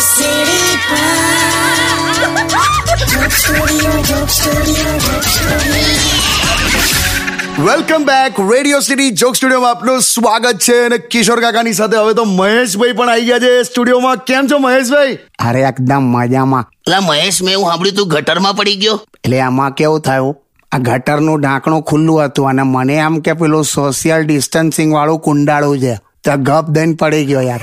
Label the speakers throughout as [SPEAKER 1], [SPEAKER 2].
[SPEAKER 1] સીડી
[SPEAKER 2] welcome back Radio City joke સ્ટુડિયોમાં આપનું સ્વાગત છે અને કિશોર કાકાની સાથે હવે તો મહેશભાઈ પણ આવી ગયા છે સ્ટુડિયોમાં કેમ છો મહેશભાઈ
[SPEAKER 3] અરે એકદમ મજામાં
[SPEAKER 4] એટલે મહેશ મેં એવું સાંભળ્યું તું ગટરમાં પડી ગયો
[SPEAKER 3] એટલે આમાં કેવું થયું આ ગટરનું ઢાંકણું ખુલ્લું હતું અને મને આમ કે પેલું સોશિયલ ડિસ્ટન્સિંગ વાળું કુંડાળું છે તો ગપ દઈને પડી ગયો યાર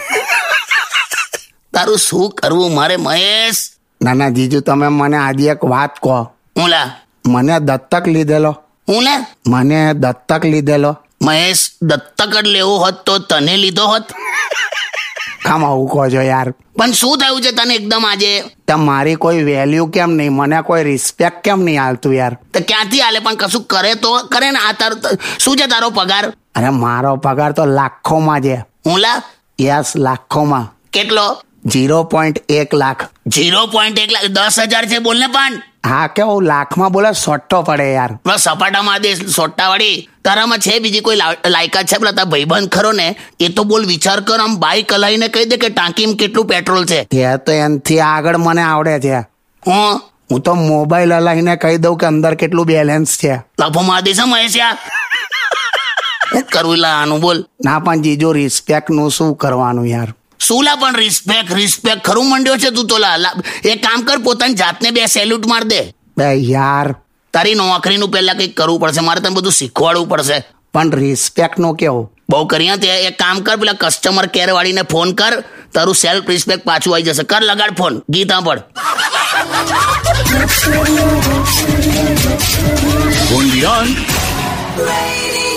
[SPEAKER 4] તારું શું કરવું મારે મહેશ
[SPEAKER 3] ના ના જીજુ તમે મને આજે એક વાત કહો
[SPEAKER 4] હું લા
[SPEAKER 3] મને દત્તક લીધેલો
[SPEAKER 4] હું લા
[SPEAKER 3] મને દત્તક લીધેલો
[SPEAKER 4] મહેશ દત્તક જ લેવો હોત તો તને લીધો હોત
[SPEAKER 3] કામ આવું કહો છો યાર
[SPEAKER 4] પણ શું થયું છે તને એકદમ આજે
[SPEAKER 3] તો મારી કોઈ વેલ્યુ કેમ નહીં મને કોઈ રિસ્પેક્ટ કેમ નહીં હાલતું યાર
[SPEAKER 4] તો ક્યાંથી આલે પણ કશું કરે તો કરે ને આ તારું ત- શું છે તારો પગાર
[SPEAKER 3] અરે મારો પગાર તો લાખોમાં છે
[SPEAKER 4] હું લા
[SPEAKER 3] યસ લાખોમાં
[SPEAKER 4] કેટલો
[SPEAKER 3] ઝીરો પોઈન્ટ એક લાખ
[SPEAKER 4] ઝીરો પોઈન્ટ એક લાખ દસ હજાર છે બોલને પણ
[SPEAKER 3] હા કેવું લાખમાં બોલે સોટ્ટો પડે યાર
[SPEAKER 4] પેલા સપાટામાં દે સોટાવાળી તારામાં છે બીજી કોઈ લા- લાયકાત છે પેલા તારા ભાઈબંધ ખરો ને એ તો બોલ વિચાર કર આમ બાઈક હલાવીને કહી દે કે ટાંકીમાં કેટલું પેટ્રોલ છે
[SPEAKER 3] એ તો એનથી આગળ મને આવડે છે
[SPEAKER 4] હું
[SPEAKER 3] હું તો મોબાઈલ હલાવીને કહી દઉં કે અંદર કેટલું બેલેન્સ છે
[SPEAKER 4] લાફો માર દેશે મહેશ યાર શું કરવું લા આનું બોલ
[SPEAKER 3] ના પણ જીજુ respect નું શું કરવાનું યાર
[SPEAKER 4] શું લા પણ રિસ્પેક્ટ રિસ્પેક્ટ ખરું મંડ્યો છે તું તો લા લા- એક કામ કર પોતાની જાતને બે સેલ્યુટ માર દે
[SPEAKER 3] બે યાર
[SPEAKER 4] તારી નોકરીનું પહેલા કંઈક કરવું પડશે મારે તને બધું શીખવાડવું પડશે
[SPEAKER 3] પણ respect નું કેવું
[SPEAKER 4] બહુ કરીએ તે એક કામ કર પેલા કસ્ટમર કેર વાળીને ફોન કર તારું સેલ્ફ રિસ્પેક્ટ પાછું આવી જશે કર લગાડ ફોન ગીત સાંભળ
[SPEAKER 1] Radio